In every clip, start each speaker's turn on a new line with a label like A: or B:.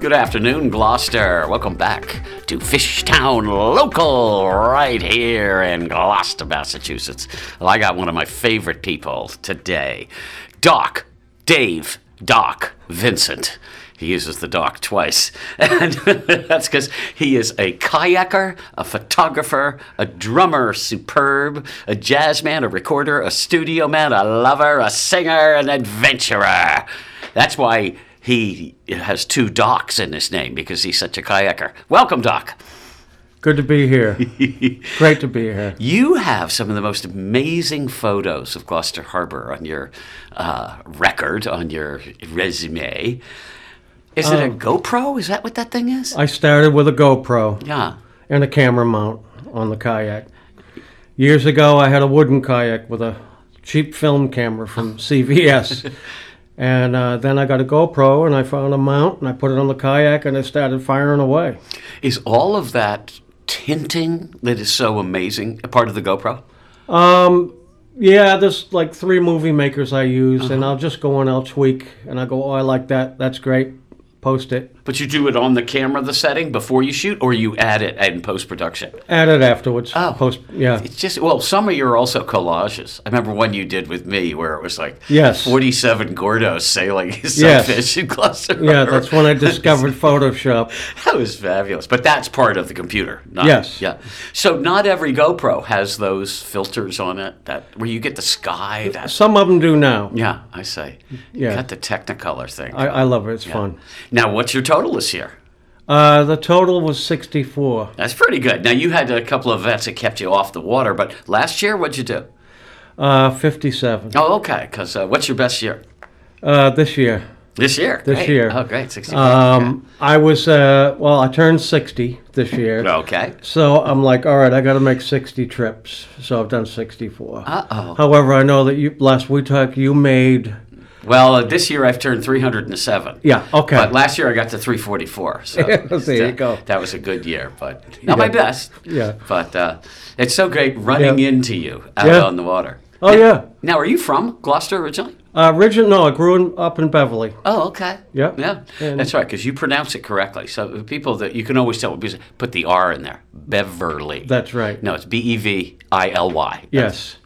A: Good afternoon, Gloucester. Welcome back to Fishtown Local right here in Gloucester, Massachusetts. Well, I got one of my favorite people today Doc, Dave, Doc, Vincent. He uses the doc twice. And that's because he is a kayaker, a photographer, a drummer superb, a jazz man, a recorder, a studio man, a lover, a singer, an adventurer. That's why he has two docs in his name because he's such a kayaker. Welcome, Doc.
B: Good to be here. Great to be here.
A: You have some of the most amazing photos of Gloucester Harbor on your uh, record, on your resume. Is it a GoPro? Is that what that thing is?
B: I started with a GoPro
A: yeah.
B: and a camera mount on the kayak. Years ago, I had a wooden kayak with a cheap film camera from CVS. and uh, then I got a GoPro and I found a mount and I put it on the kayak and I started firing away.
A: Is all of that tinting that is so amazing a part of the GoPro?
B: Um, Yeah, there's like three movie makers I use and I'll just go and I'll tweak and I go, oh, I like that. That's great. Post it.
A: But you do it on the camera, the setting before you shoot, or you add it in post production?
B: Add it afterwards.
A: Oh.
B: Post. Yeah.
A: It's just well, some of you are also collages. I remember one you did with me where it was like
B: Yes.
A: forty-seven gordos sailing some
B: Yes.
A: fish in Gloucester.
B: Yeah,
A: Harbor.
B: that's when I discovered Photoshop.
A: that was fabulous. But that's part of the computer. Not,
B: Yes.
A: Yeah. So not every GoPro has those filters on it that where you get the sky. That
B: Some of them do now.
A: yeah, I say.
B: Yeah.
A: Got the Technicolor thing.
B: I, I love it. It's fun.
A: now, what's your total this year?
B: Uh, the total was 64.
A: That's pretty good. Now you had a couple of events that kept you off the water, but last year what'd you do?
B: Uh, 57.
A: Oh, okay. Because uh, what's your best year?
B: Uh, this year.
A: This year.
B: This
A: great.
B: year.
A: Oh, great. 65.
B: Um, I was, uh, well, I turned 60 this year.
A: okay.
B: So I'm like, all right, I got to make 60 trips. So I've done 64.
A: Uh-oh.
B: However, I know that you, last we talked, you made,
A: Well, uh, this year I've turned 307.
B: yeah, okay.
A: But last year I got to 344. So
B: There you
A: that,
B: go.
A: That was a good year, but not my best.
B: Yeah.
A: But uh, it's so great running
B: Yeah.
A: into you out
B: Yeah.
A: on the water.
B: oh, yeah.
A: Now, are you from Gloucester originally?
B: Uh, original, no, I grew in, up in Beverly.
A: Oh, okay.
B: Yeah.
A: Yeah.
B: And-
A: That's right, because you pronounce it correctly. So the people that you can always tell, because put the R in there. Beverly.
B: That's right.
A: No, it's B E V I L Y.
B: Yes.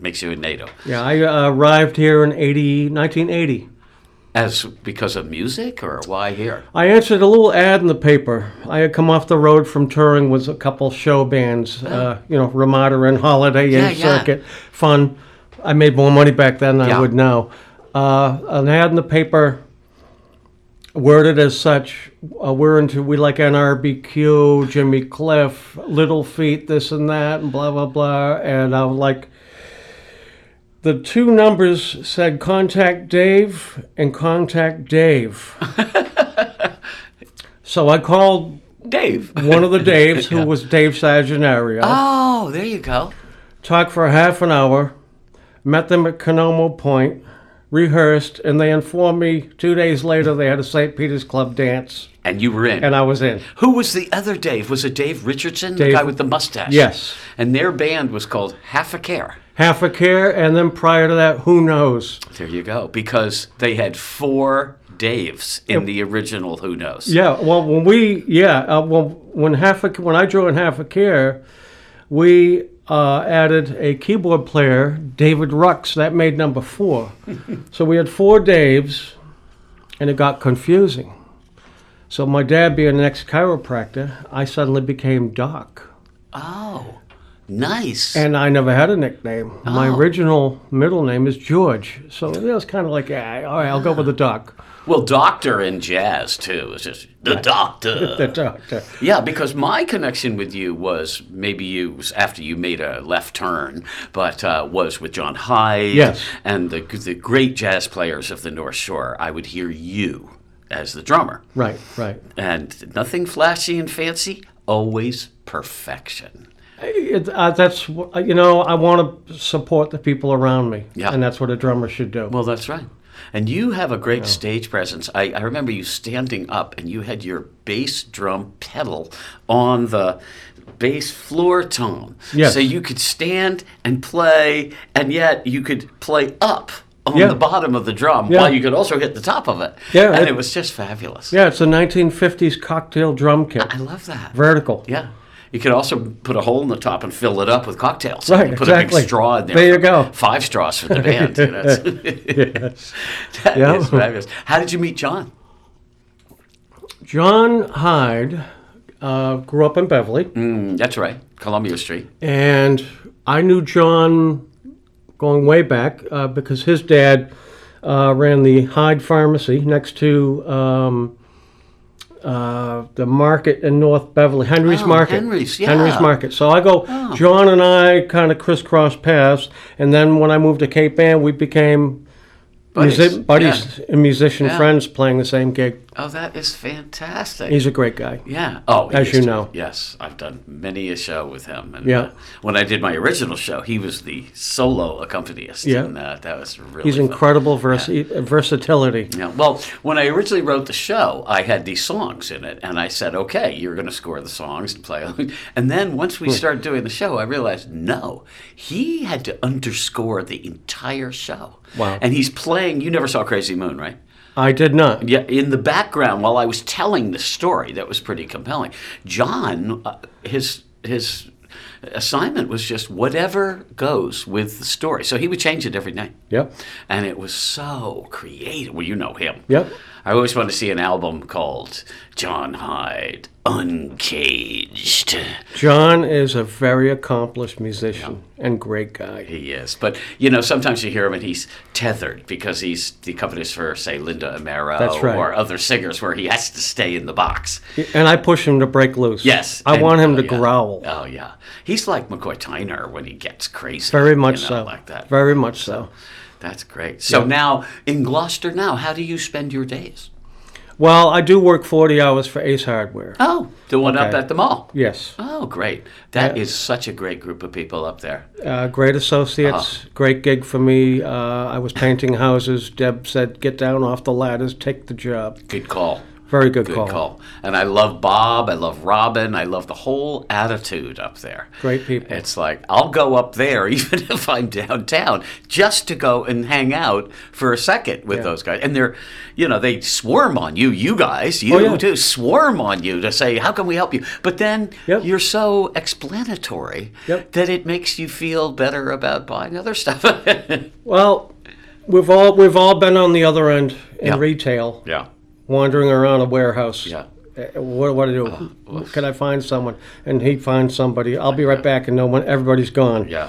A: Makes you a NATO.
B: Yeah, I uh, arrived here in 80, 1980.
A: As because of music or why here?
B: I answered a little ad in the paper. I had come off the road from touring with a couple show bands, uh, you know, Ramada and Holiday Inn
A: Oh. Yeah, yeah.
B: Circuit. Fun. I made more money back then than
A: Yeah.
B: I would now. Uh, an ad in the paper worded as such uh, we're into, we like NRBQ, Jimmy Cliff, Little Feet, this and that, and blah, blah, blah. And I was like, the two numbers said contact Dave and contact Dave. so I called
A: Dave.
B: one of the Daves, who was Dave Sagenario,
A: Oh, there you go.
B: talked for half an hour, met them at Canomo Point, rehearsed, and they informed me two days later they had a St. Peter's Club dance,
A: And you were in.
B: and I was in.
A: Who was the other Dave? Was it Dave Richardson, the
B: Dave-
A: guy with the mustache?
B: Yes.
A: And their band was called Half a Care.
B: Half a care, and then prior to that, who knows?
A: There you go. Because they had four Daves in the original Who Knows.
B: Yeah, well, when we yeah, uh, well, when half a, when I drew in half a care, we uh, added a keyboard player, David Rux. That made number four. so we had four Daves, and it got confusing. So my dad being an ex chiropractor, I suddenly became Doc,
A: Oh, nice.
B: and I never had a nickname. My original middle name is George, so it was kind of like, yeah, all right, I'll go with the Doc,
A: well, Doctor in jazz, too. It's just the Doctor.
B: the Doctor.
A: Yeah, because my connection with you was maybe you was after you made a left turn, but uh, was with John Hyde
B: Yes.
A: and the the great jazz players of the North Shore. I would hear you as the drummer,
B: Right, right.
A: and nothing flashy and fancy, always perfection.
B: It, uh, that's wh- you know I want to support the people around me,
A: Yeah.
B: and that's what a drummer should do.
A: Well, that's right. And you have a great stage presence. I, I remember you standing up and you had your bass drum pedal on the bass floor tom.
B: Yes.
A: So you could stand and play, and yet you could play up on
B: Yeah.
A: the bottom of the drum
B: Yeah.
A: while you could also hit the top of it.
B: Yeah,
A: and
B: it-
A: it, was just fabulous.
B: Yeah, it's a 1950s cocktail drum kit,
A: I love that.
B: vertical.
A: Uh-huh. Yeah. You could also put a hole in the top and fill it up with cocktails.
B: Right,
A: You put a
B: exactly.
A: big straw in there.
B: There you
A: for-
B: go.
A: Five straws for the band. You know? That
B: Yeah.
A: is fabulous. How did you meet John?
B: John Hyde uh, grew up in Beverly,
A: Mm, that's right, Columbia Street.
B: and I knew John going way back uh, because his dad uh, ran the Hyde Pharmacy next to um, uh, the market in North Beverly, Henry's
A: Oh,
B: Market.
A: Henry's, yeah. Oh.
B: Henry's Market. So I go, John and I kind of crisscross paths, and then when I moved to Cape Ann, we became
A: Buddies,
B: music- buddies and musician
A: Yeah.
B: friends playing the same gig.
A: Oh, that is fantastic.
B: He's a great guy.
A: yeah. Oh, he
B: as
A: is
B: you
A: too.
B: know.
A: Yes, I've done many a show with him. And
B: Yeah.
A: uh, when I did my original show, he was the solo accompanist.
B: Yeah.
A: And, uh, that was really.
B: He's
A: fun.
B: incredible versi- versatility.
A: Yeah. Well, when I originally wrote the show, I had these songs in it, and I said, "Okay, you're going to score the songs and play." along." And then once we started doing the show, I realized no, he had to underscore the entire show.
B: Wow.
A: And he's playing. You never saw Crazy Moon, right?
B: I did not.
A: Yeah, in the background while I was telling the story, that was pretty compelling. John, uh, his his assignment was just whatever goes with the story. So he would change it every night.
B: Yep.
A: And it was so creative. Well, you know him.
B: Yep.
A: I always want to see an album called John Hyde Uncaged.
B: John is a very accomplished musician and great guy.
A: He is. But, you know, sometimes you hear him and he's tethered because he's the accompanist for, say, Linda Amaro
B: That's right.
A: or other singers where he has to stay in the box.
B: And I push him to break loose.
A: Yes.
B: I
A: and-
B: want him
A: oh,
B: to
A: yeah.
B: growl.
A: Oh, yeah. He's like McCoy Tyner when he gets crazy.
B: Very
A: you
B: much
A: know,
B: so.
A: Like that.
B: Very much so.
A: That's great. So now, in Gloucester now, how do you spend your days?
B: Well, I do work 40 hours for Ace Hardware.
A: Oh, the one up
B: Okay.
A: at the mall.
B: Yes.
A: Oh, great. That is such a great group of people up there.
B: Uh, great associates.
A: Uh-huh.
B: Great gig for me. Uh, I was painting houses. Deb said, get down off the ladders, take the job.
A: Good call.
B: Very good,
A: Good call. And I love Bob. I love Robin. I love the whole attitude up there.
B: Great people.
A: It's like, I'll go up there even if I'm downtown just to go and hang out for a second with those guys. And they're, you know, they swarm on you, you guys, you
B: Oh, yeah.
A: too, swarm on you to say, how can we help you? But then
B: Yep.
A: you're so explanatory
B: Yep.
A: that it makes you feel better about buying other stuff.
B: Well, we've all we've all been on the other end in
A: Yeah.
B: retail,
A: yeah.
B: wandering around a warehouse.
A: Yeah.
B: Uh, What, what do I do?
A: Oh,
B: Can I find someone? And he finds somebody. I'll be right back, and no one. Everybody's gone.
A: Yeah.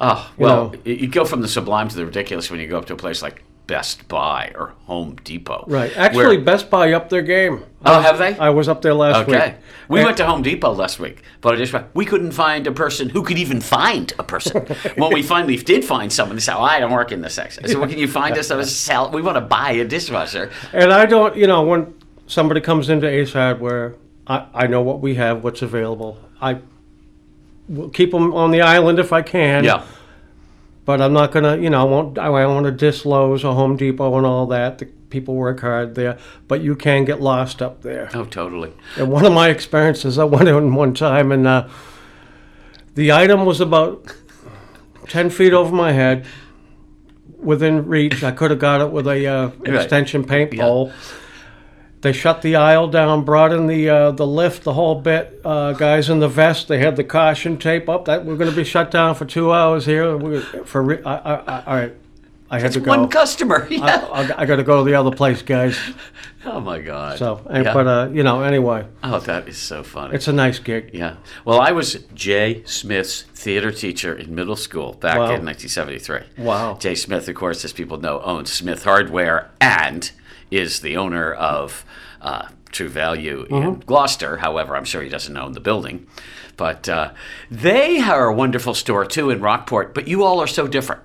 A: Oh, well,
B: know.
A: y- you go from the sublime to the ridiculous when you go up to a place like Best Buy or Home Depot.
B: Right.
A: where-
B: Actually, Best Buy upped their game.
A: oh, have they?
B: I was up there last week.
A: okay. We
B: And-
A: went to Home Depot last week, but I just went- we couldn't find a person who could even find a person. when we finally did find someone, they said, "Oh, "I don't work in this section." So, what can you find us? I was sell. We want to buy a dishwasher.
B: And I don't, you know, when somebody comes into Ace Hardware, I, I know what we have, what's available. I will keep them on the island if I can.
A: Yeah.
B: But I'm not gonna, you know, I won't. I want to diss Lowe's or Home Depot and all that. The people work hard there, but you can get lost up there.
A: Oh, totally.
B: And one of my experiences, I went in one time, and uh, the item was about ten feet over my head, within reach. I could have got it with a uh, extension paint pole. They shut the aisle down, brought in the uh, the lift, the whole bit. Uh, guys in the vest, they had the caution tape up. That we're going to be shut down for two hours here. We're, for re- I, I, I, all right, I had to go. Uh,
A: One customer. Yeah.
B: I, I got to go to the other place, guys.
A: oh my God.
B: So, and,
A: Yeah.
B: but uh, you know, anyway,
A: oh, that is so funny.
B: it's a nice gig.
A: Yeah. Well, I was Jay Smith's theater teacher in middle school back
B: Wow.
A: in 1973.
B: Wow.
A: Jay Smith, of course, as people know, owns Smith Hardware and is the owner of uh, True Value
B: Mm-hmm.
A: in Gloucester. However, I'm sure he doesn't own the building. But uh, they are a wonderful store too in Rockport, but you all are so different.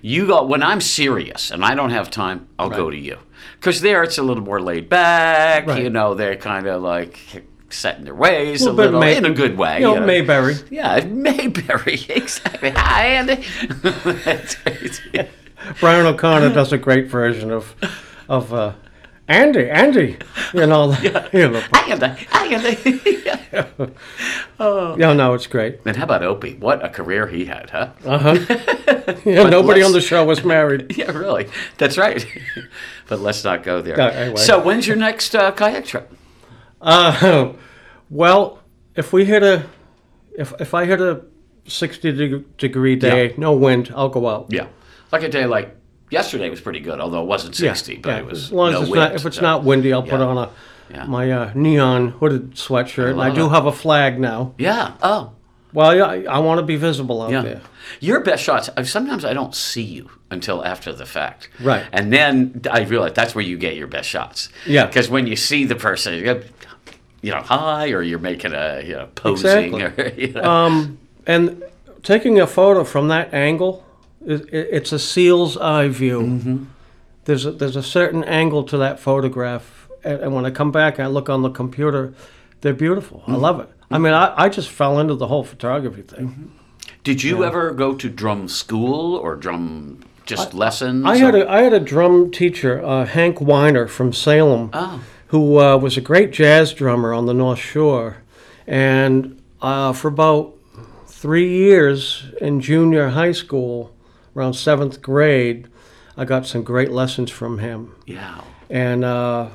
A: You go when I'm serious and I don't have time, I'll go to you. Because there it's a little more laid back,
B: Right.
A: you know, they're kind of like set in their ways a
B: Well, but
A: little,
B: May-
A: in a good way.
B: You know,
A: you know.
B: Mayberry.
A: Yeah, Mayberry, exactly. Hi, Andy. That's crazy.
B: Brian O'Connor does a great version of of uh, Andy, Andy, you know, you know,
A: I am the, I am the.
B: yeah, no, it's great.
A: and how about Opie? What a career he had, huh?
B: Yeah, nobody
A: let's-
B: on the show was married.
A: Yeah, really. That's right. but let's not go there.
B: No, anyway.
A: So, when's your next uh, kayak trip?
B: Uh, well, if we hit a, if if I hit a sixty deg- degree day, no wind, I'll go out.
A: Yeah. Like a day like yesterday was pretty good, although it wasn't 60, but
B: yeah,
A: it was
B: as long
A: no
B: as it's
A: wind,
B: not if it's
A: so-
B: not windy, I'll put
A: Yeah.
B: on a
A: Yeah.
B: my uh, neon hooded sweatshirt, and I
A: love
B: do
A: it.
B: have a flag now.
A: Yeah. Oh.
B: Well, yeah, I, I want to be visible out
A: Yeah.
B: there.
A: Your best shots. I- Sometimes I don't see you until after the fact.
B: Right.
A: And then I realize that's where you get your best shots.
B: Yeah.
A: Because when you see the person, you go, you know, hi, or you're making a you know, posing,
B: Exactly.
A: or you know.
B: Um, and taking a photo from that angle, it, it, it's a seal's eye view. There's a, there's a certain angle to that photograph, and, and when I come back, I look on the computer. They're beautiful. I love it. I mean, I, I just fell into the whole photography thing.
A: Did you ever go to drum school or drum just lessons?
B: I had
A: or-
B: a I had a drum teacher, uh, Hank Weiner from Salem,
A: Oh.
B: who uh, was a great jazz drummer on the North Shore, and uh, for about three years in junior high school, around seventh grade, I got some great lessons from him.
A: yeah.
B: And uh,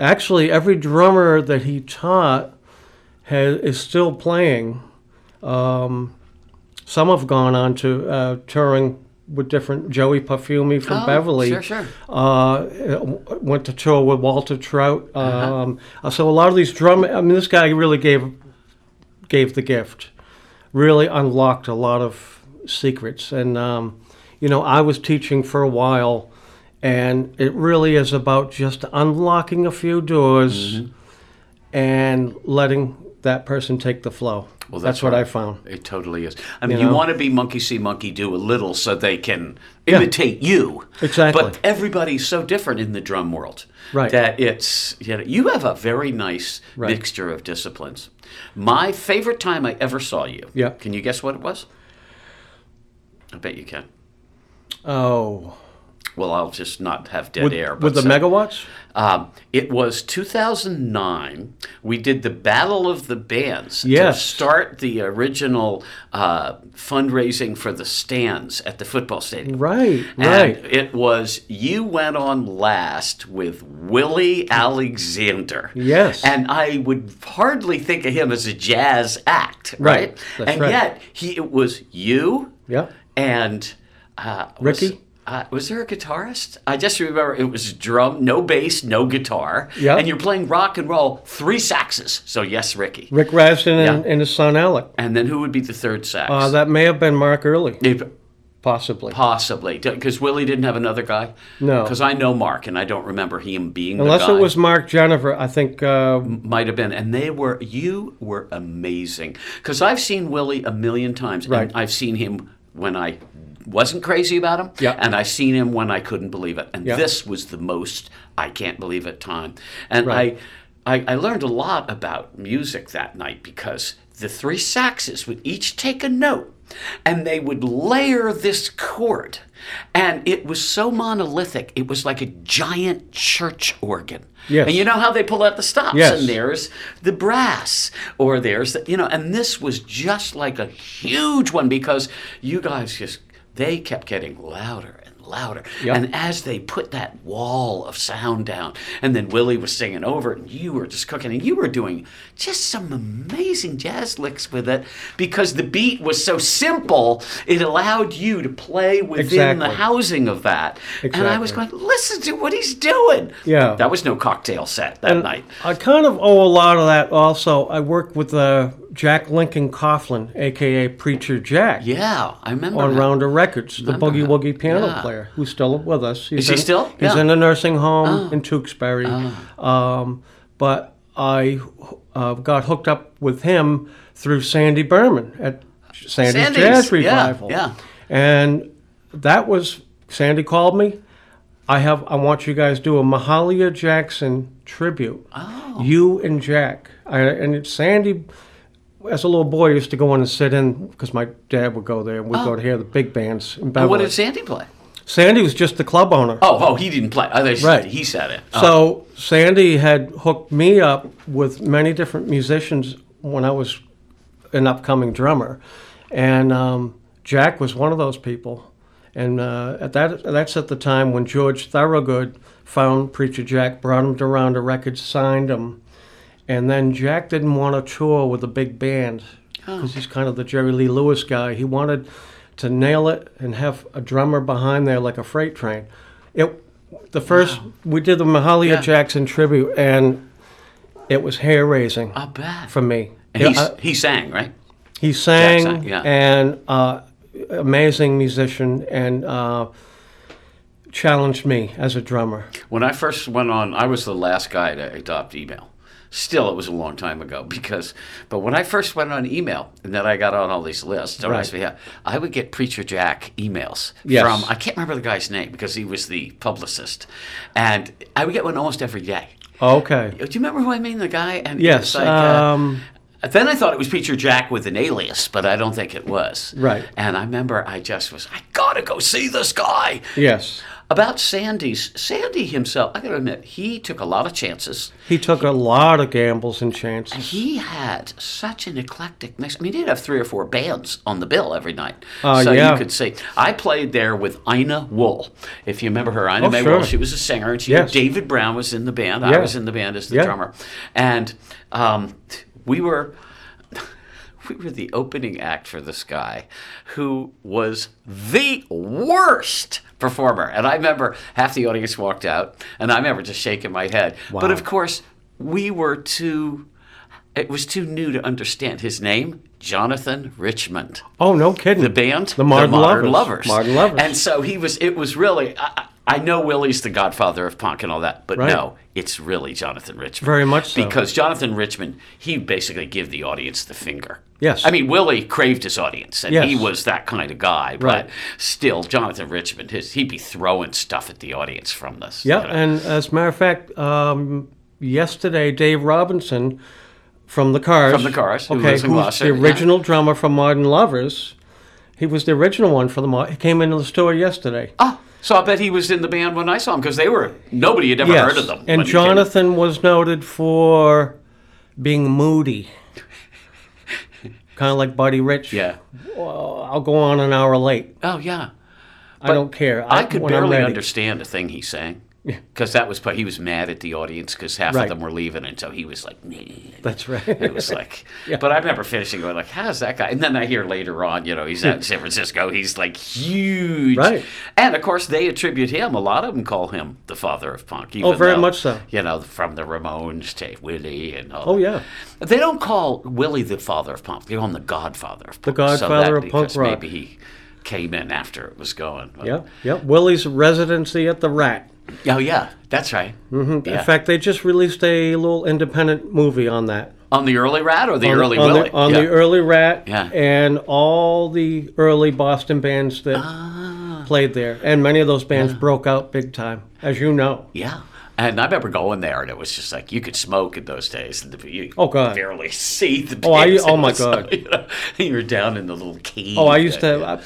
B: actually, every drummer that he taught has, is still playing. Um, some have gone on to uh, touring with different Joey Perfumi from
A: Oh,
B: Beverly.
A: Sure, sure.
B: Uh, w- went to tour with Walter Trout.
A: Uh-huh.
B: Um, So a lot of these drum. I mean, this guy really gave gave the gift. Really unlocked a lot of secrets. And um, you know, I was teaching for a while, and it really is about just unlocking a few doors
A: Mm-hmm.
B: and letting that person take the flow.
A: Well,
B: that's,
A: that's
B: what
A: right.
B: I found.
A: It totally is. I mean, you,
B: You know?
A: want to be monkey see, monkey do a little so they can imitate you.
B: Exactly.
A: But everybody's so different in the drum world.
B: Right.
A: That it's, you know, you have a very nice
B: Right.
A: mixture of disciplines. My favorite time I ever saw you.
B: Yeah.
A: Can you guess what it was? I bet you can.
B: Oh,
A: Well, I'll just not have dead
B: with,
A: air.
B: with the
A: say-
B: megawatts.
A: Um, it was 2009. We did the Battle of the Bands
B: Yes.
A: to start the original uh, fundraising for the stands at the football stadium.
B: Right,
A: And
B: right.
A: it was you went on last with Willie Alexander.
B: Yes.
A: And I would hardly think of him as a jazz act, right?
B: Right, that's
A: and
B: right.
A: yet he it was you.
B: Yeah.
A: And uh, Was,
B: Ricky?
A: uh, was there a guitarist? I just remember it was drum, no bass, no guitar.
B: Yeah.
A: And you're playing rock and roll, three saxes. So yes, Ricky.
B: Rick Rasden and,
A: Yeah.
B: and his son Alec.
A: And then who would be the third sax?
B: Uh, that may have been Mark Early,
A: If-
B: possibly.
A: possibly because Willie didn't have another guy.
B: No.
A: Because I know Mark, and I don't remember him being
B: Unless
A: the guy.
B: it was Mark Jennifer, I think. Uh,
A: might have been and they were you were amazing because i've seen willie a million times
B: Right.
A: and i've seen him when i wasn't crazy about him
B: Yeah.
A: and i've seen him when i couldn't believe it and
B: Yeah.
A: this was the most i can't believe it time and
B: Right.
A: I, I i learned a lot about music that night because the three saxes would each take a note and they would layer this chord and it was so monolithic it was like a giant church organ
B: Yes.
A: and you know how they pull out the stops
B: Yes.
A: and there's the brass or there's the, you know and this was just like a huge one because you guys just they kept getting louder and louder
B: Yep.
A: and as they put that wall of sound down and then willie was singing over it and you were just cooking and you were doing just some amazing jazz licks with it because the beat was so simple it allowed you to play within the
B: Exactly.
A: housing of that and i was
B: Exactly.
A: going listen to what he's doing
B: Yeah.
A: that was no cocktail set that night
B: I kind of owe a lot of that also. I work with uh, Jack Lincoln Coughlin, aka Preacher Jack,
A: Yeah, I remember.
B: on
A: that.
B: Rounder Records, the boogie woogie piano
A: Yeah.
B: player, who's still with us. He's
A: Is he
B: in-
A: still?
B: He's
A: Yeah. Oh.
B: in a nursing home in Tewksbury. Um, but I uh, got hooked up with him through Sandy Berman at Sandy's,
A: Sandy's,
B: Jazz
A: yeah,
B: Revival.
A: yeah.
B: And that was Sandy called me. I have I want you guys to do a Mahalia Jackson tribute. Oh. You and Jack. I, and it's Sandy as a little boy used to go in and sit in because my dad would go there and we'd go to hear the big bands in Beverly.
A: What did Sandy play?
B: Sandy was just the club owner.
A: Oh, oh, he didn't play. Oh, they,
B: Right. Uh,
A: He said it. Oh,
B: So Sandy had hooked me up with many different musicians when I was an upcoming drummer, and um, Jack was one of those people. And uh, at that that's at the time when George Thorogood found Preacher Jack, brought him to Rounder Records, signed him, and then Jack didn't want to tour with a big band
A: Oh.
B: because he's kind of the Jerry Lee Lewis guy. He wanted to nail it and have a drummer behind there like a freight train. It the first we did the Mahalia
A: Yeah.
B: Jackson tribute and it was hair raising
A: I bet.
B: for me.
A: Uh, and
B: Yeah,
A: he,
B: I-
A: he sang, right?
B: he sang,
A: sang, yeah.
B: and uh, amazing musician and uh, challenged me as a drummer.
A: When I first went on, I was the last guy to adopt email. Still, it was a long time ago because, but when I first went on email and then I got on all these lists, I, was-
B: Right.
A: yeah, I would get Preacher Jack emails
B: Yes.
A: from, I can't remember the guy's name because he was the publicist. And I would get one almost every day.
B: Okay.
A: Do you remember who I mean? The guy? And it
B: Yes.
A: was like, uh,
B: um,
A: Then I thought it was Preacher Jack with an alias, but I don't think it was.
B: Right.
A: And I remember I just was, I gotta go see this guy.
B: yes.
A: About Sandy's, Sandy himself, I gotta admit, he took a lot of chances.
B: He took a lot of gambles and chances.
A: He had such an eclectic mix. I mean, he'd have three or four bands on the bill every night.
B: Oh,
A: so
B: yeah.
A: you could see. I played there with Ina Wool. If you remember her, Ina
B: Oh,
A: May
B: sure.
A: Wool, she was a singer, and she
B: Yes.
A: David Brown was in the band. I
B: Yeah.
A: was in the band as the
B: Yeah.
A: drummer. And um, we were we were the opening act for this guy who was the worst performer. And I remember half the audience walked out, and I remember just shaking my head. But of course, we were too, it was too new to understand his name, Jonathan Richmond.
B: Oh, no kidding.
A: The band, the
B: Modern Lovers.
A: Lovers.
B: Modern Lovers.
A: And so he was, it was really, I, I I know Willie's the godfather of punk and all that, but
B: Right.
A: no, it's really Jonathan Richmond.
B: Very much so.
A: Because Jonathan Richmond, he basically give the audience the finger.
B: Yes.
A: I mean, Willie craved his audience, and he
B: Yes.
A: was that kind of guy. But
B: Right.
A: still, Jonathan Richmond, his, he'd be throwing stuff at the audience from this. you
B: Yeah,
A: know.
B: and as a matter of fact, um, yesterday Dave Robinson from the Cars,
A: From the Cars, who
B: okay,
A: lives in
B: who's
A: Gloucester,
B: the
A: yeah.
B: original drummer from Modern Lovers, he was the original one for the. Mo- he came into the store yesterday.
A: Oh, so I bet he was in the band when I saw him because they were nobody had ever
B: yes,
A: heard of them. when
B: and
A: he came.
B: Jonathan was noted for being moody, kind of like Buddy Rich.
A: Yeah.
B: Well, I'll go on an hour late.
A: Oh yeah.
B: I don't care.
A: I could
B: when I'm
A: barely
B: ready.
A: understand a thing he sang. Because that was part, he was mad at the audience because half of
B: Right.
A: them were leaving, and so he was like, "Nah."
B: That's right.
A: It was like, but I remember finishing going like, "How's that guy?" And then I hear later on, you know, he's out in San Francisco. He's like huge,
B: Right.
A: And of course, they attribute him. A lot of them call him the father of punk. Even
B: Oh, very
A: though,
B: much so.
A: You know, from the Ramones to Willie and all.
B: oh
A: that.
B: yeah.
A: They don't call Willie the father of punk. They call him the Godfather of punk.
B: godfather of
A: because
B: punk rock.
A: Maybe he came in after it was going. but-
B: Yeah, yeah. Willie's residency at the Rat.
A: Oh yeah, that's right. Mm-hmm.
B: In fact, they just released a little independent movie on that.
A: on the early rat or the
B: On the-
A: early
B: on
A: Willie?
B: The, on
A: yeah.
B: the early Rat
A: Yeah.
B: and all the early Boston bands that
A: Ah.
B: played there. And many of those bands broke out big time, as you know.
A: Yeah. And I remember going there, and it was just like you could smoke in those days. And you
B: Oh, God.
A: barely see the.
B: Oh, I-
A: pins.
B: oh, my
A: It was so,
B: God.
A: You, know, you were down in the little cave.
B: Oh, I used to. I,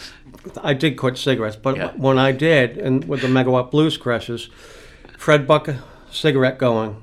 B: I did quit cigarettes, but
A: Yeah.
B: when I did, and with the Megawatt Blues crashes, Fred Buck, cigarette going.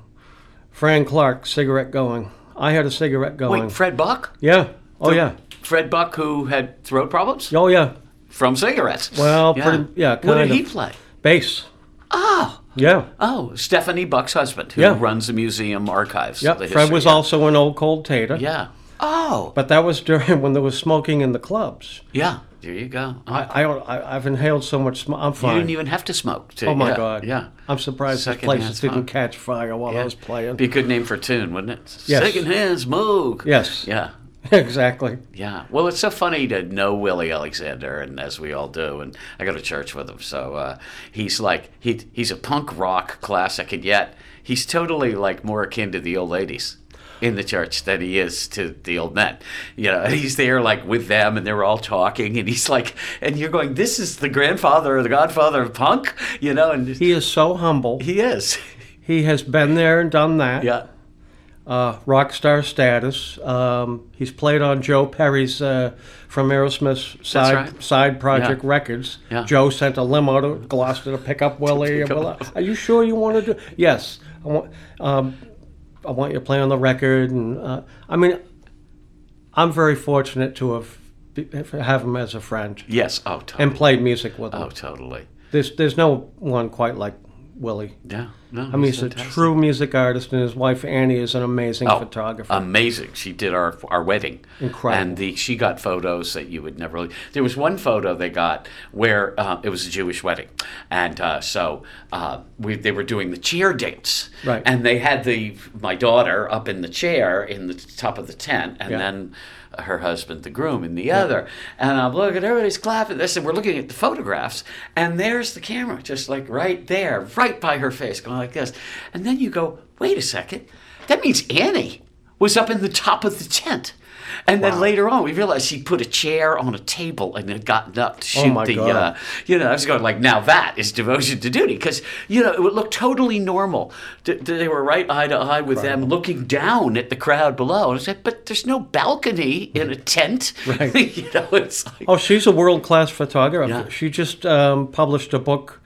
B: Fran Clark, cigarette going. I had a cigarette going.
A: Wait, Fred Buck.
B: yeah. Oh, yeah.
A: Fred Buck, who had throat problems
B: Oh, yeah.
A: from cigarettes.
B: Well, pretty- yeah,
A: What did
B: kind
A: he
B: of.
A: play?
B: Bass.
A: Oh,
B: Yeah.
A: oh, Stephanie Buck's husband, who
B: Yeah.
A: runs the museum archives.
B: Yeah,
A: of the
B: Fred
A: history.
B: was
A: yeah.
B: also an old cold tater.
A: Yeah. Oh.
B: But that was during when there was smoking in the clubs.
A: Yeah. There you go. I,
B: I don't. I, I've inhaled so much smoke. I'm
A: you
B: fine.
A: didn't even have to smoke. To,
B: oh my
A: yeah,
B: god.
A: Yeah.
B: I'm surprised these
A: Secondhand
B: places
A: smoke.
B: didn't catch fire while I was playing.
A: Be a good name for a tune, wouldn't it?
B: Yes.
A: Secondhand smoke.
B: Yes.
A: Yeah.
B: exactly.
A: Yeah. Well, it's so funny to know Willie Alexander, and as we all do, and I go to church with him. So uh, he's like he he's a punk rock classic, and yet he's totally like more akin to the old ladies in the church than he is to the old men. You know, and he's there like with them, and they're all talking, and he's like, and you're going, this is the grandfather or the godfather of punk, you know, and
B: He is so humble.
A: he is.
B: He has been there and done that.
A: Yeah.
B: uh, rock star status. Um, he's played on Joe Perry's uh, from Aerosmith's side
A: right.
B: side project
A: Yeah.
B: records.
A: Yeah.
B: Joe sent a limo to Gloucester to pick up Willie. and
A: pick
B: blah,
A: up-
B: blah. Are you sure you want to do? Yes, I want. Um, I want you to play on the record, and uh, I mean, I'm very fortunate to have have him as a friend
A: Yes. Oh, totally.
B: and played music with him.
A: oh, totally.
B: There's there's no one quite like Willie.
A: Yeah. No.
B: I mean, he's a true music artist, and his wife Annie is an amazing
A: Oh,
B: photographer.
A: Amazing. She did our our wedding.
B: Incredible.
A: And the she got photos that you would never. There was one photo they got where uh, it was a Jewish wedding, and uh, so uh, we they were doing the chair dance.
B: Right.
A: And they had the my daughter up in the chair in the top of the tent, and
B: Yeah.
A: then her husband, the groom, in the other. And I'm looking, everybody's clapping. This, and we're looking at the photographs, and there's the camera, just like right there, right by her face, going like this. And then you go, wait a second, that means Annie was up in the top of the tent. And then later on, we realized she put a chair on a table and had gotten up to shoot
B: Oh my
A: the.
B: God.
A: Uh, you know, I was going like, now that is devotion to duty because you know it would look totally normal. D- d- they were right eye to eye with them, looking down at the crowd below. And I said, but there's no balcony in a tent.
B: Right.
A: you know, it's like
B: Oh, she's a world class photographer.
A: Yeah.
B: She just um, published a book.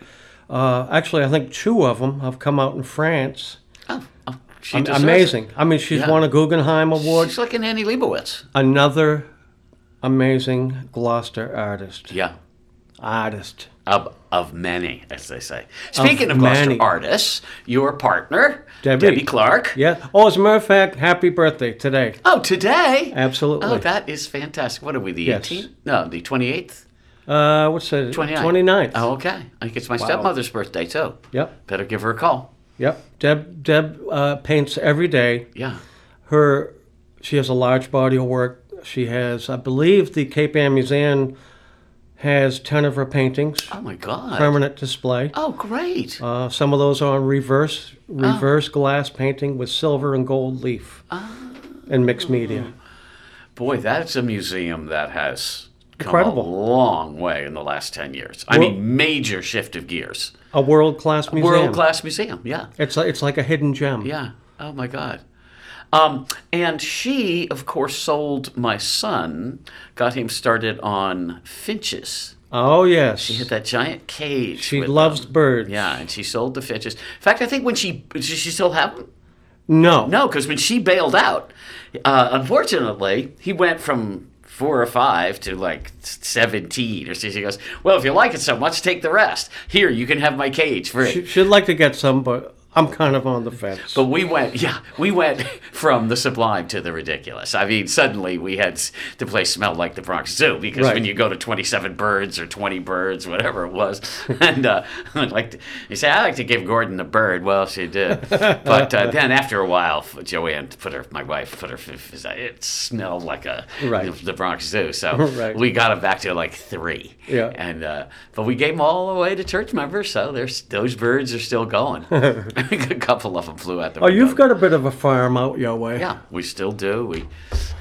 B: Uh, actually, I think two of them have come out in France.
A: oh, oh, she
B: Am-
A: deserves it.
B: amazing. I mean, she's
A: Yeah.
B: won a Guggenheim Award.
A: She's like an Annie Leibovitz.
B: Another amazing Gloucester artist.
A: Yeah.
B: Artist.
A: Of, of many, as they say. Speaking of,
B: many.
A: Gloucester artists, your partner,
B: Debbie.
A: Clark.
B: Yeah. Oh, as a matter of fact, happy birthday today.
A: Oh, today.
B: Absolutely.
A: Oh, that is fantastic. What are we, the
B: Yes.
A: 18th? No, the 28th?
B: uh, what's that?
A: 29th.
B: 29th.
A: Oh, okay. I think it's my stepmother's birthday, too.
B: Yep.
A: Better give her a call.
B: Yep. Deb Deb uh, paints every day.
A: Yeah.
B: her she has a large body of work. She has, I believe, the Cape Ann Museum has ten of her paintings,
A: Oh, my God.
B: permanent display.
A: oh, great.
B: Uh, some of those are on reverse
A: Oh.
B: reverse glass painting with silver and gold leaf
A: Oh.
B: and mixed media.
A: Boy, that's a museum that has come a
B: Incredible.
A: long way in the last 10 years. I
B: Well-
A: mean, major shift of gears.
B: A world class museum.
A: World class museum. Yeah.
B: It's like, it's like a hidden gem.
A: Yeah. Oh, my God. Um, and she, of course, sold my son, got him started on finches.
B: Oh yes,
A: Hit that giant cage.
B: she
A: with
B: loves
A: them.
B: birds.
A: Yeah, and she sold the finches. In fact, I think when she does she still have them.
B: No.
A: No, because when she bailed out, uh, unfortunately, he went from four or five to like seventeen or so. She goes, "Well, if you like it so much, take the rest. Here, you can have my cage free."
B: She, she'd like to get some, but I'm kind of on the fence.
A: But we went, yeah, we went from the sublime to the ridiculous. I mean, suddenly we had s- the place smelled like the Bronx Zoo because
B: Right.
A: when you go to 27 birds or 20 birds, whatever it was, and uh, I'd like to, you say, I like to give Gordon a bird. Well, she did, but uh, then after a while, Joanne put her, my wife put her, f- f- it smelled like a
B: Right.
A: the Bronx Zoo. So
B: Right.
A: we got them back to like three.
B: Yeah.
A: And uh, but we gave them all away to church members, so there's those birds are still going. I think a couple of them flew out the.
B: oh, you've got a bit of a farm out your way.
A: Yeah, we still do. We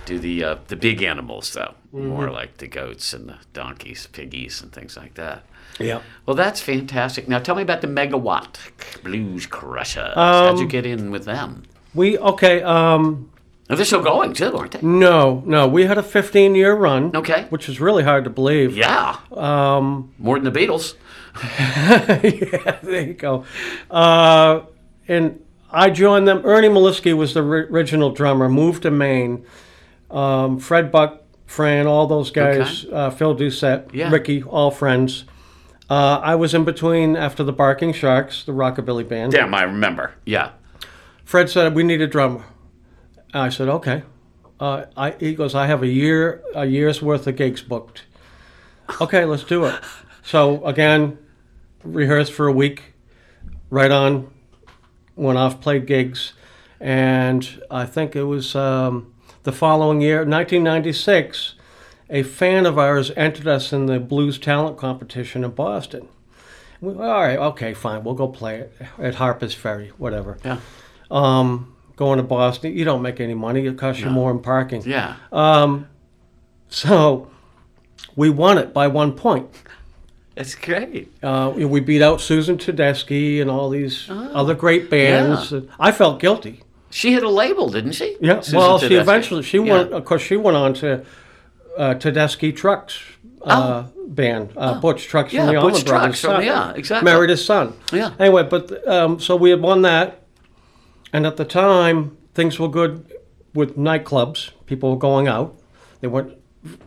A: do the uh, the big animals though, more like the goats and the donkeys, piggies, and things like that.
B: Yeah.
A: Well, that's fantastic. Now tell me about the megawatt blues crusher. How'd you get in with them?
B: We okay. Um,
A: Now, they're still going too, aren't they?
B: No, no. We had a 15 year run.
A: Okay.
B: Mm. Which is really hard to believe.
A: Yeah. Um, more than the Beatles.
B: Yeah, there you go. Uh, and I joined them. Ernie Maliski was the ri- original drummer, moved to Maine. Um, Fred Buck, Fran, all those guys, uh, Phil Doucette,
A: Yeah.
B: Ricky, all friends. Uh, I was in between after the Barking Sharks, the rockabilly band.
A: Damn, I remember. Yeah.
B: Fred said we need a drummer. I said okay. Uh, I, he goes, I have a year, a year's worth of gigs booked. Okay, let's do it. So again, rehearsed for a week, right on, went off, played gigs, and I think it was um, the following year, 1996. A fan of ours entered us in the blues talent competition in Boston. We, all right, okay, fine, we'll go play it at Harper's Ferry, whatever
A: Yeah.
B: um, going to Boston, you don't make any money. It costs you more in parking.
A: Yeah.
B: So we won it by one point.
A: That's great.
B: Uh, we
A: Ah.
B: beat out Susan Tedeschi and all these other great bands. I felt guilty.
A: She had a label, didn't she?
B: Yeah.
A: Susan
B: well, she
A: Tedeschi.
B: eventually she
A: Yeah.
B: went. uh, Of course, she went on to uh, Tedeschi Trucks uh, band, uh, Butch Trucks
A: Oh. Yeah,
B: from the
A: Butch
B: Allman Brothers.
A: Trucks from-
B: son.
A: yeah, exactly.
B: Married his son.
A: Yeah.
B: Anyway, but um, so we had won that, and at the time things were good with nightclubs. People were going out. They weren't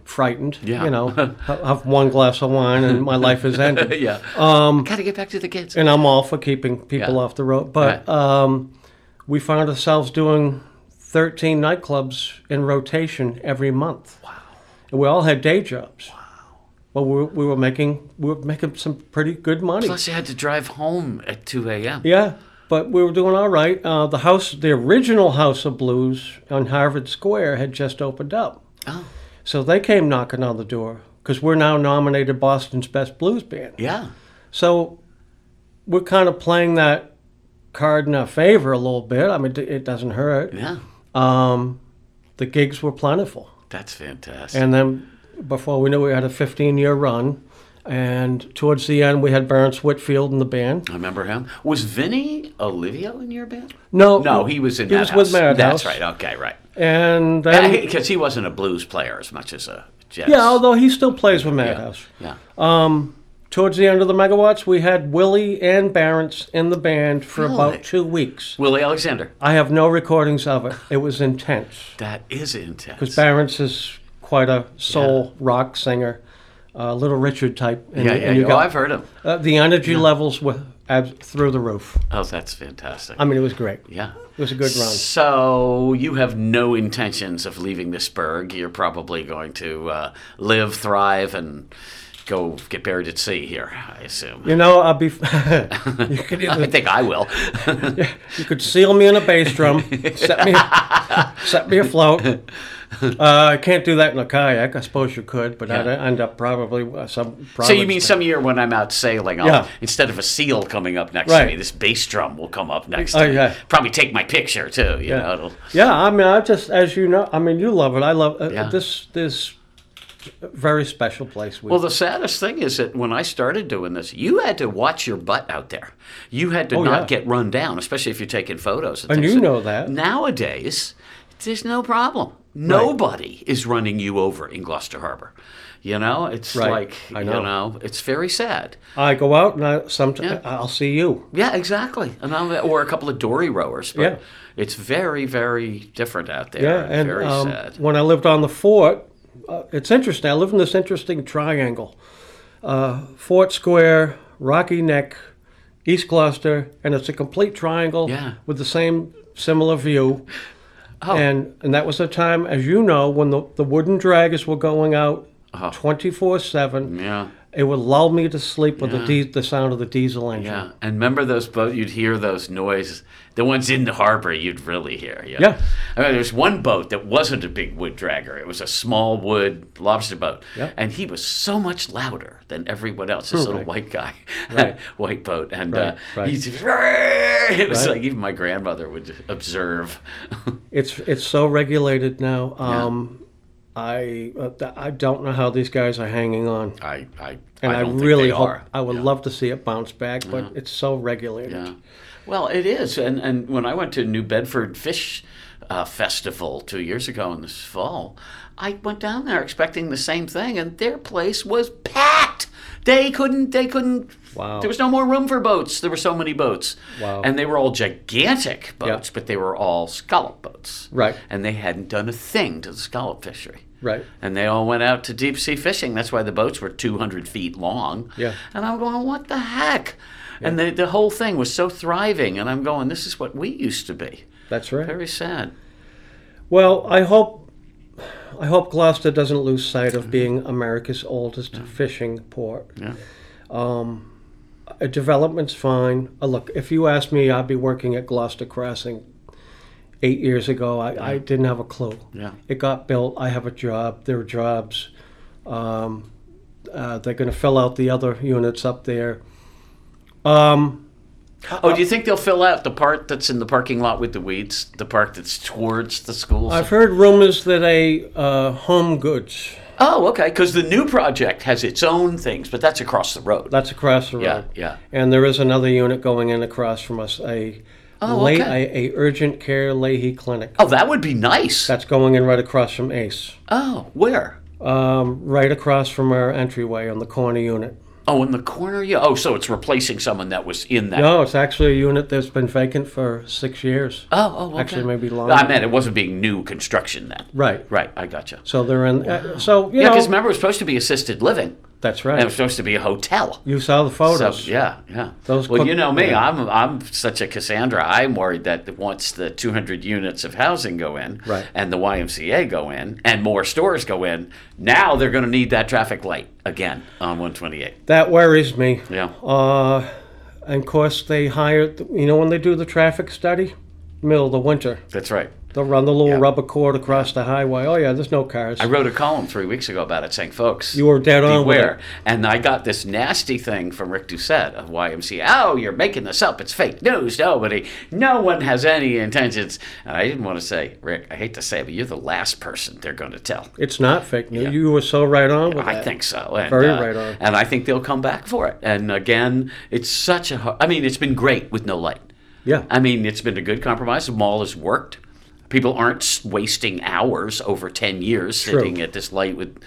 B: frightened.
A: Yeah.
B: You know, "Ha- have one glass of wine and my life is ended.
A: yeah. Um, Gotta get back to the kids.
B: And I'm all for keeping people
A: Yeah.
B: off the road, but
A: Right.
B: um, we found ourselves doing 13 nightclubs in rotation every month. Wow! And we all had day jobs. Wow! Well, we, were- we were making we were making some pretty good money.
A: Plus, you had to drive home at 2 a.m.
B: Yeah, but we were doing all right. Uh, the house, the original House of Blues on Harvard Square, had just opened up,
A: Oh,
B: so they came knocking on the door because we're now nominated Boston's best blues band.
A: yeah.
B: So we're kind of playing that card in our favor a little bit. I mean, it- it doesn't hurt.
A: Yeah.
B: Um, the gigs were plentiful.
A: That's fantastic.
B: And then before we knew it, we had a 15 year run. And towards the end, we had Barnes Whitfield in the band.
A: I remember him. Was Vinny Olivio in your band?
B: No,
A: No, he was in
B: He
A: that
B: was with
A: house.
B: Madhouse.
A: That's right. Okay, right.
B: And then, yeah,
A: Because he wasn't a blues player as much as a jazz.
B: although he still plays with Madhouse.
A: Yeah.
B: Towards the end of the megawatts, we had Willie and Barnes in the band for
A: Really?
B: about two weeks.
A: Willie Alexander.
B: I have no recordings of it. It was intense.
A: That is
B: Because
A: intense.
B: Barron's is quite a soul rock singer, uh, Little Richard type. And,
A: yeah, yeah.
B: and
A: yeah.
B: you
A: Oh,
B: got-
A: I've heard him.
B: uh, the energy levels were ab- through the roof.
A: Oh, that's fantastic.
B: I mean, it was great.
A: yeah.
B: It was a good run.
A: So you have no intentions of leaving this burg. You're probably going to uh, live, thrive, and go get buried at sea here. I assume.
B: You know, I'll be. you, could
A: I
B: either,
A: think I will.
B: you could seal me in a bass drum, set me, set me afloat. Uh, I can't do that in a kayak. I suppose you could, but I'd end up probably uh, some.
A: So you mean some year when I'm out sailing, I'll,
B: Yeah.
A: instead of a seal coming up next
B: Right.
A: to me, this bass drum will come up next
B: Oh,
A: to me.
B: yeah.
A: Probably take my picture too. You know, it'll,
B: Yeah, I mean, I just as you know, I mean, you love it. I love uh,
A: Yeah.
B: this this very special place. We
A: Well, the saddest thing is that when I started doing this, you had to watch your butt out there. You had to not
B: Oh, yeah.
A: get run down, especially if you're taking photos. And,
B: And
A: things
B: you
A: like-
B: know that.
A: Nowadays, there's no problem. Nobody is running you over in Gloucester Harbor. You know, it's
B: Right.
A: like,
B: I
A: you
B: know.
A: know, it's very sad.
B: I go out and I sometimes I'll see you.
A: Yeah, exactly. And I'm, or a couple of dory rowers. But
B: Yeah.
A: It's very, very different out there.
B: Yeah, and
A: very
B: um,
A: sad.
B: when I lived on the fort, uh, it's interesting. I lived in this interesting triangle: uh, Fort Square, Rocky Neck, East Gloucester, and it's a complete triangle
A: Yeah. Oh.
B: with the same similar view. And and that was a time, as you know, when the, the wooden draggers were going out
A: Oh.
B: twenty four seven.
A: Yeah.
B: It would lull me to sleep with the de- the sound of the diesel engine.
A: Yeah, and remember those boats? You'd hear those noises. The ones in the harbor, you'd really hear. Yeah.
B: Yeah.
A: I mean, there's one boat that wasn't a big wood dragger. It was a small wood lobster boat,
B: Yeah.
A: and he was so much louder than everyone else. This little
B: Right.
A: white guy,
B: Right.
A: white boat, and uh,
B: right.
A: he's it was
B: Right.
A: like even my grandmother would observe.
B: It's it's so regulated now. Um, I uh, th- I don't know how these guys are hanging on,
A: I, I,
B: and
A: I,
B: I,
A: don't
B: really
A: think they
B: hope
A: are.
B: I would love to see it bounce back, but it's so regulated.
A: Yeah. Well, it is. And, and when I went to New Bedford Fish uh, Festival two years ago in this fall, I went down there expecting the same thing, and their place was packed. They couldn't, they couldn't,
B: Wow.
A: there was no more room for boats. There were so many boats.
B: Wow.
A: And they were all gigantic
B: Yeah.
A: boats, but they were all scallop boats.
B: Right.
A: And they hadn't done a thing to the scallop fishery.
B: Right.
A: And they all went out to deep sea fishing. That's why the boats were 200 feet long.
B: Yeah.
A: And I'm going, what the heck? And the, the whole thing was so thriving. And I'm going, this is what we used to be.
B: That's right.
A: Very sad.
B: Well, I hope I hope Gloucester doesn't lose sight of being America's oldest fishing port.
A: Mm-hmm. Yeah.
B: Uh, development's fine. Uh, look, if you asked me, I'd be working at Gloucester Crossing eight years ago. I, I didn't have a clue.
A: Yeah.
B: It got built. I have a job. There are jobs. Um, uh, they're going to fill out the other units up there. Um,
A: Oh, do you think they'll fill out the part that's in the parking lot with the weeds? The part that's towards the schools?
B: I've heard rumors that a uh, Home Goods
A: oh, okay. Because the new project has its own things, but that's across the road.
B: that's across the road,
A: yeah, yeah.
B: and there is another unit going in across from us. A
A: Oh,
B: lay,
A: okay.
B: a, a urgent care Leahy clinic.
A: Oh, that would be nice.
B: That's going in right across from ACE,
A: Oh, where?
B: um, right across from our entryway on the corner unit.
A: Oh, in the corner. Yeah. Oh, so it's replacing someone that was in that.
B: No, it's actually a unit that's been vacant for six years.
A: Oh, oh, okay.
B: Actually, maybe longer.
A: I meant it wasn't being new construction then.
B: Right.
A: Right. I gotcha.
B: So they're in. uh, so you
A: Yeah,
B: know
A: because remember, it was supposed to be assisted living.
B: that's
A: And it was
B: right.
A: supposed to be a hotel.
B: You saw the
A: So,
B: photos.
A: yeah, yeah.
B: Those
A: well,
B: cook-
A: you know me.
B: yeah.
A: I'm I'm such a Cassandra. I'm worried that once the 200 units of housing go in,
B: Right.
A: and the YMCA go in, and more stores go in, now they're going to need that traffic light again on 128.
B: That worries me.
A: Yeah.
B: Uh, and of course, they hired. You know when they do the traffic study, middle of the winter,
A: That's right.
B: they'll run the little rubber cord across the highway. Oh yeah, there's no cars.
A: I wrote a column three weeks ago about it, saying, "Folks,
B: You were dead on with
A: beware."
B: it.
A: And I got this nasty thing from Rick Doucette of YMCA. Oh, you're making this up. It's fake news. Nobody, no one has any intentions. And I didn't want to say, Rick. I hate to say it, but you're the last person they're going to tell.
B: It's not fake news. You were so right on with
A: I
B: that.
A: think so. And,
B: Very
A: uh,
B: right on.
A: And I think they'll come back for it. And again, it's such a. har- I mean, it's been great with no light.
B: Yeah.
A: I mean, it's been a good compromise. The mall has worked. People aren't s- wasting hours over ten years sitting at this light with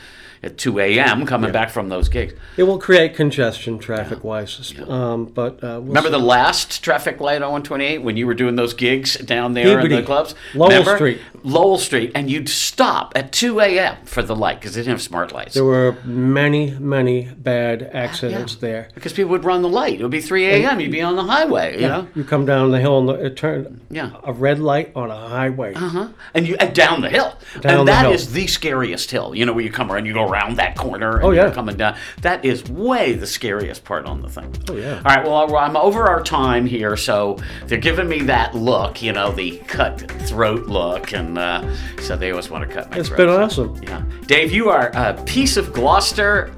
A: at two a.m. coming back from those gigs.
B: It will create congestion traffic wise. Um, but uh, we'll
A: Remember the last traffic light on 128 when you were doing those gigs down there in the
B: Hibbity.
A: clubs?
B: Lowell
A: Remember?
B: Street.
A: Lowell Street, and you'd stop at 2 a.m. for the light because they didn't have smart lights.
B: There were many, many bad accidents there.
A: because people would run the light. It would be 3 a.m. You'd be on the highway, you know?
B: You come down the hill and it turned
A: Yeah.
B: a red light on a highway.
A: Uh-huh. And you and down the hill.
B: Down
A: and
B: the
A: that is
B: hill.
A: the scariest hill. You know, where you come around, you go around that corner and
B: Oh,
A: you're
B: yeah.
A: coming down. That is way the scariest part on the thing. Oh,
B: yeah.
A: All right, well, I'm over our time here, so they're giving me that look, you know, the cut throat look. And uh, so they always want to cut my
B: It's
A: throat.
B: been
A: so-
B: awesome.
A: yeah. Dave, you are a piece of Gloucester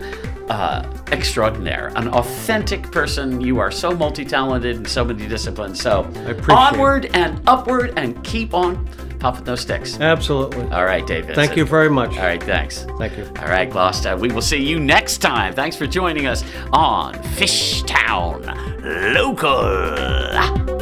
A: uh, extraordinaire, an authentic person. You are so multi talented in so many disciplines. So
B: appreciate it.
A: onward and upward and keep on popping those sticks.
B: Absolutely.
A: All right, David.
B: Thank you very much.
A: All right, thanks.
B: Thank you.
A: All right, Gloucester. We will see you next time. Thanks for joining us on Fishtown Local.